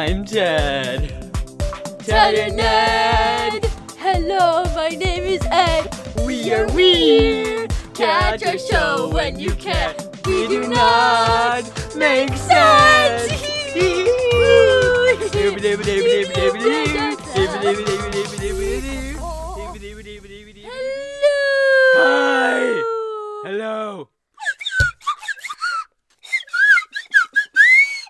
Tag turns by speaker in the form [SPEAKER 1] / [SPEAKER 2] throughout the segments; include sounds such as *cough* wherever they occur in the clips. [SPEAKER 1] Ted.
[SPEAKER 2] Saturday Nerd. Hello, my name is Ed.
[SPEAKER 1] We are weird.
[SPEAKER 2] Catch our show when you can. We do not
[SPEAKER 1] make
[SPEAKER 2] sense.
[SPEAKER 1] Hi.
[SPEAKER 2] Hello.
[SPEAKER 1] Hello.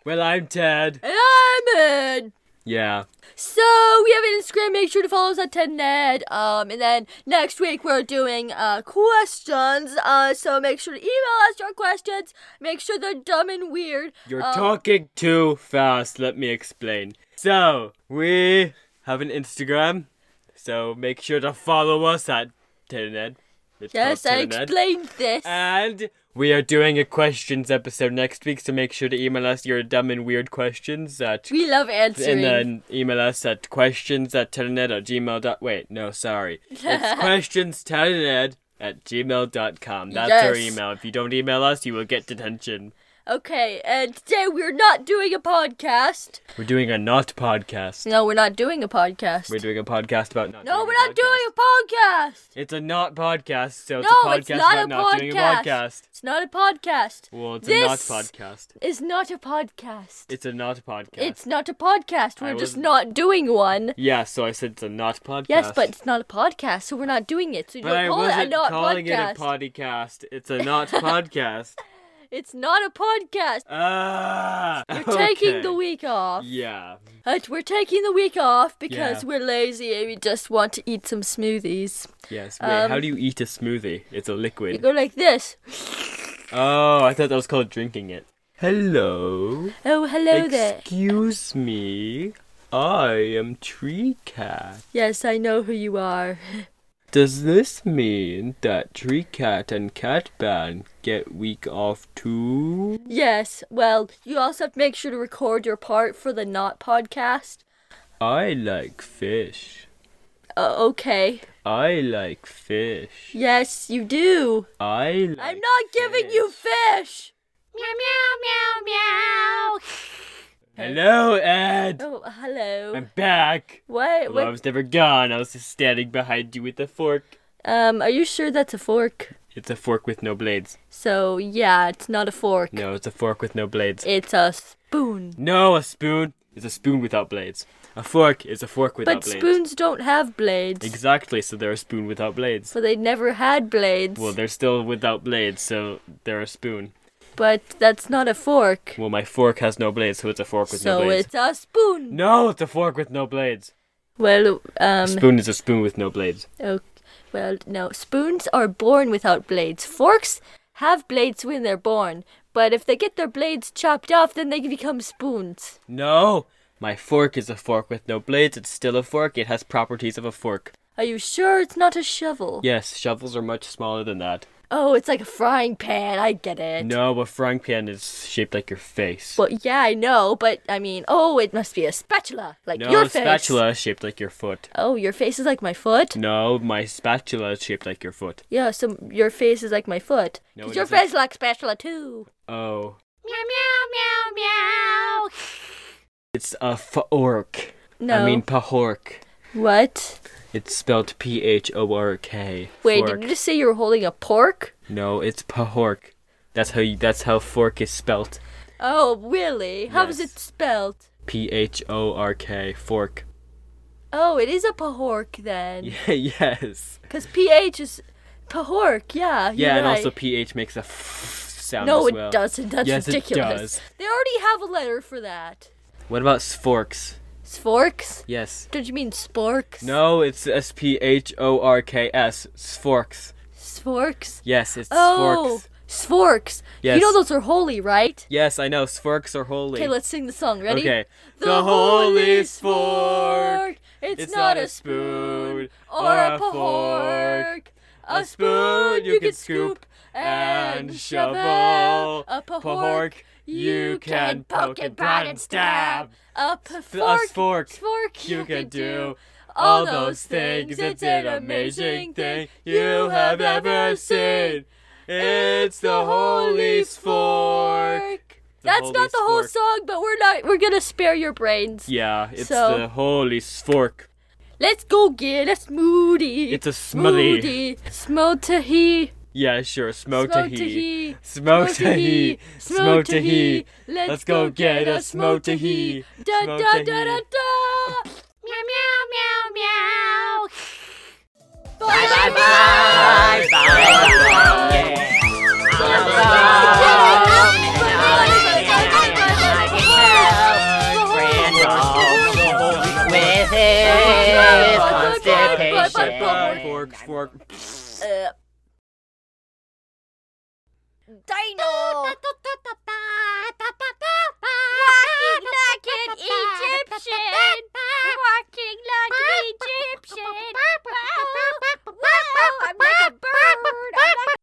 [SPEAKER 1] Well, I'm Ted.
[SPEAKER 2] And I'm Ed.
[SPEAKER 1] Yeah.
[SPEAKER 2] So we have an Instagram. Make sure to follow us at Ted Ned. Um, and then next week we're doing uh questions. Uh, so make sure to email us your questions. Make sure they're dumb and weird.
[SPEAKER 1] You're
[SPEAKER 2] Um,
[SPEAKER 1] talking too fast. Let me explain. So, we have an Instagram. So, make sure to follow us at Telened. It's
[SPEAKER 2] Yes,
[SPEAKER 1] called
[SPEAKER 2] I
[SPEAKER 1] Telened.
[SPEAKER 2] explained this.
[SPEAKER 1] And we are doing a questions episode next week. So, make sure to email us your dumb and weird questions at.
[SPEAKER 2] we love answering.
[SPEAKER 1] And then email us at questions at telenet or gmail dot wait, no, sorry.
[SPEAKER 2] *laughs*
[SPEAKER 1] It's questions telenet at gmail dot com. That's our
[SPEAKER 2] Yes.
[SPEAKER 1] email. If you don't email us, you will get detention.
[SPEAKER 2] Okay, and today we're not doing a podcast.
[SPEAKER 1] We're doing a not podcast.
[SPEAKER 2] No, we're not doing a podcast.
[SPEAKER 1] We're doing a podcast about not.
[SPEAKER 2] no,
[SPEAKER 1] doing
[SPEAKER 2] we're
[SPEAKER 1] a
[SPEAKER 2] not doing a podcast.
[SPEAKER 1] It's a not podcast, so it's a
[SPEAKER 2] No,
[SPEAKER 1] podcast
[SPEAKER 2] it's not
[SPEAKER 1] about
[SPEAKER 2] a
[SPEAKER 1] not doing a
[SPEAKER 2] podcast.
[SPEAKER 1] podcast.
[SPEAKER 2] It's not a podcast.
[SPEAKER 1] Well, it's
[SPEAKER 2] This-
[SPEAKER 1] a not podcast.
[SPEAKER 2] It's not a podcast.
[SPEAKER 1] It's a not podcast.
[SPEAKER 2] It's not a podcast. We're
[SPEAKER 1] I
[SPEAKER 2] just
[SPEAKER 1] wasn't-
[SPEAKER 2] not doing one.
[SPEAKER 1] yeah. So I said it's a not podcast.
[SPEAKER 2] Yes, but it's not a podcast, so we're not doing it. So you
[SPEAKER 1] But
[SPEAKER 2] don't
[SPEAKER 1] I
[SPEAKER 2] call it
[SPEAKER 1] wasn't
[SPEAKER 2] a not
[SPEAKER 1] calling
[SPEAKER 2] podcast.
[SPEAKER 1] it a podcast. It's
[SPEAKER 2] *laughs*
[SPEAKER 1] a not podcast.
[SPEAKER 2] it's not a podcast.
[SPEAKER 1] Ah.
[SPEAKER 2] We're taking the
[SPEAKER 1] okay.
[SPEAKER 2] week off.
[SPEAKER 1] Yeah.
[SPEAKER 2] But we're taking the week off because
[SPEAKER 1] Yeah.
[SPEAKER 2] we're lazy and we just want to eat some smoothies.
[SPEAKER 1] Yes. Wait.
[SPEAKER 2] Um,
[SPEAKER 1] how do you eat a smoothie? It's a
[SPEAKER 2] You
[SPEAKER 1] liquid.
[SPEAKER 2] go like this.
[SPEAKER 1] Oh, I thought that was called drinking it. Hello.
[SPEAKER 2] Oh, hello there.
[SPEAKER 1] Excuse me. I am Tree Cat.
[SPEAKER 2] Yes, I know who you are.
[SPEAKER 1] Does this mean that Tree Cat and Cat Band get week off too?
[SPEAKER 2] Yes, well, you also have to make sure to record your part for the not podcast.
[SPEAKER 1] I like fish.
[SPEAKER 2] Uh, okay.
[SPEAKER 1] I like fish.
[SPEAKER 2] Yes, you do.
[SPEAKER 1] I like
[SPEAKER 2] I'm not giving you fish. Meow meow meow meow.
[SPEAKER 1] Hello, Ed.
[SPEAKER 2] Oh, hello.
[SPEAKER 1] I'm back.
[SPEAKER 2] what?
[SPEAKER 1] Although I
[SPEAKER 2] What?
[SPEAKER 1] was never gone. I was just standing behind you with a fork.
[SPEAKER 2] Um, are you sure that's a fork?
[SPEAKER 1] It's a fork with no blades.
[SPEAKER 2] So yeah, it's not a fork.
[SPEAKER 1] No, it's a fork with no blades.
[SPEAKER 2] It's a spoon.
[SPEAKER 1] No, a spoon is a spoon without blades. A fork is a fork without
[SPEAKER 2] But
[SPEAKER 1] blades.
[SPEAKER 2] spoons don't have blades.
[SPEAKER 1] Exactly. So they're a spoon without blades.
[SPEAKER 2] So they never had blades.
[SPEAKER 1] Well, they're still without blades, so they're a spoon.
[SPEAKER 2] but that's not a fork.
[SPEAKER 1] Well, my fork has no blades, so it's a fork with
[SPEAKER 2] So
[SPEAKER 1] no blades.
[SPEAKER 2] it's a spoon.
[SPEAKER 1] No, it's a fork with no blades.
[SPEAKER 2] Well, um,
[SPEAKER 1] A spoon is a spoon with no blades.
[SPEAKER 2] Oh, well, no. Spoons are born without blades. Forks have blades when they're born, but if they get their blades chopped off, then they become spoons.
[SPEAKER 1] No, my fork is a fork with no blades. It's still a fork. It has properties of a fork.
[SPEAKER 2] Are you sure it's not a shovel?
[SPEAKER 1] Yes, shovels are much smaller than that.
[SPEAKER 2] Oh, it's like a frying pan. I get it.
[SPEAKER 1] No, a frying pan is shaped like your face.
[SPEAKER 2] Well, yeah, I know, but I mean, oh, it must be a spatula, like
[SPEAKER 1] no,
[SPEAKER 2] your
[SPEAKER 1] a
[SPEAKER 2] face.
[SPEAKER 1] spatula Mm. is shaped like your foot.
[SPEAKER 2] Oh, your face is like my foot.
[SPEAKER 1] No, my spatula is shaped like your foot.
[SPEAKER 2] Yeah, so your face is like my foot.
[SPEAKER 1] No,
[SPEAKER 2] 'Cause
[SPEAKER 1] it
[SPEAKER 2] your
[SPEAKER 1] isn't.
[SPEAKER 2] face is like spatula too.
[SPEAKER 1] Oh,
[SPEAKER 2] Meow meow meow meow.
[SPEAKER 1] it's a fork.
[SPEAKER 2] No.
[SPEAKER 1] I mean, pahork.
[SPEAKER 2] what?
[SPEAKER 1] It's spelled P H O R K.
[SPEAKER 2] Wait,
[SPEAKER 1] fork.
[SPEAKER 2] did you just say you were holding a pork?
[SPEAKER 1] No, it's pahork. That's how you, that's how fork is spelt.
[SPEAKER 2] Oh, really? How is
[SPEAKER 1] Yes.
[SPEAKER 2] it spelled?
[SPEAKER 1] P H O R K fork. *laughs*
[SPEAKER 2] Oh, it is a pahork then.
[SPEAKER 1] Yeah, yes.
[SPEAKER 2] Because PH is pahork, yeah.
[SPEAKER 1] Yeah,
[SPEAKER 2] you're
[SPEAKER 1] and also
[SPEAKER 2] right.
[SPEAKER 1] P H makes a f sound
[SPEAKER 2] No,
[SPEAKER 1] as
[SPEAKER 2] it
[SPEAKER 1] well.
[SPEAKER 2] doesn't. That's
[SPEAKER 1] Yes, it
[SPEAKER 2] ridiculous.
[SPEAKER 1] does.
[SPEAKER 2] They already have a letter for that.
[SPEAKER 1] What about forks?
[SPEAKER 2] Sforks?
[SPEAKER 1] Yes.
[SPEAKER 2] Don't you mean sporks?
[SPEAKER 1] No, it's S P H O R K S. Sforks.
[SPEAKER 2] Sforks?
[SPEAKER 1] Yes, it's
[SPEAKER 2] Oh,
[SPEAKER 1] forks.
[SPEAKER 2] sforks.
[SPEAKER 1] Yes.
[SPEAKER 2] You know those are holy, right?
[SPEAKER 1] Yes, I know. Sforks are holy.
[SPEAKER 2] Okay, let's sing the song. Ready?
[SPEAKER 1] Okay.
[SPEAKER 2] The,
[SPEAKER 1] The holy
[SPEAKER 2] holy
[SPEAKER 1] sfork.
[SPEAKER 2] sfork. It's, not a spoon or a pahork. A spoon you can scoop and shovel. A pahork you can poke and prod and stab. A
[SPEAKER 1] F- a
[SPEAKER 2] fork,
[SPEAKER 1] fork.
[SPEAKER 2] fork
[SPEAKER 1] You can do all those things. It's an amazing thing you have ever seen. It's the holy fork. the
[SPEAKER 2] That's
[SPEAKER 1] holy
[SPEAKER 2] not the whole
[SPEAKER 1] spork.
[SPEAKER 2] song, but we're not. We're gonna spare your brains.
[SPEAKER 1] Yeah, it's
[SPEAKER 2] So-
[SPEAKER 1] the holy spork.
[SPEAKER 2] Let's go get a smoothie.
[SPEAKER 1] It's a smoothie.
[SPEAKER 2] Smoothie. Smotahee.
[SPEAKER 1] Yeah, sure. Smoke tahee.
[SPEAKER 2] Smotahee.
[SPEAKER 1] Smoke tahee. Smoke tahee.
[SPEAKER 2] Let's,
[SPEAKER 1] Let's go get a smoke tahee.
[SPEAKER 2] Da
[SPEAKER 1] Smoke
[SPEAKER 2] da da da
[SPEAKER 1] tahee.
[SPEAKER 2] da. meow meow meow meow.
[SPEAKER 3] Bye bye bye. With his constipation.
[SPEAKER 1] Fork, fork, fork.
[SPEAKER 2] Dino.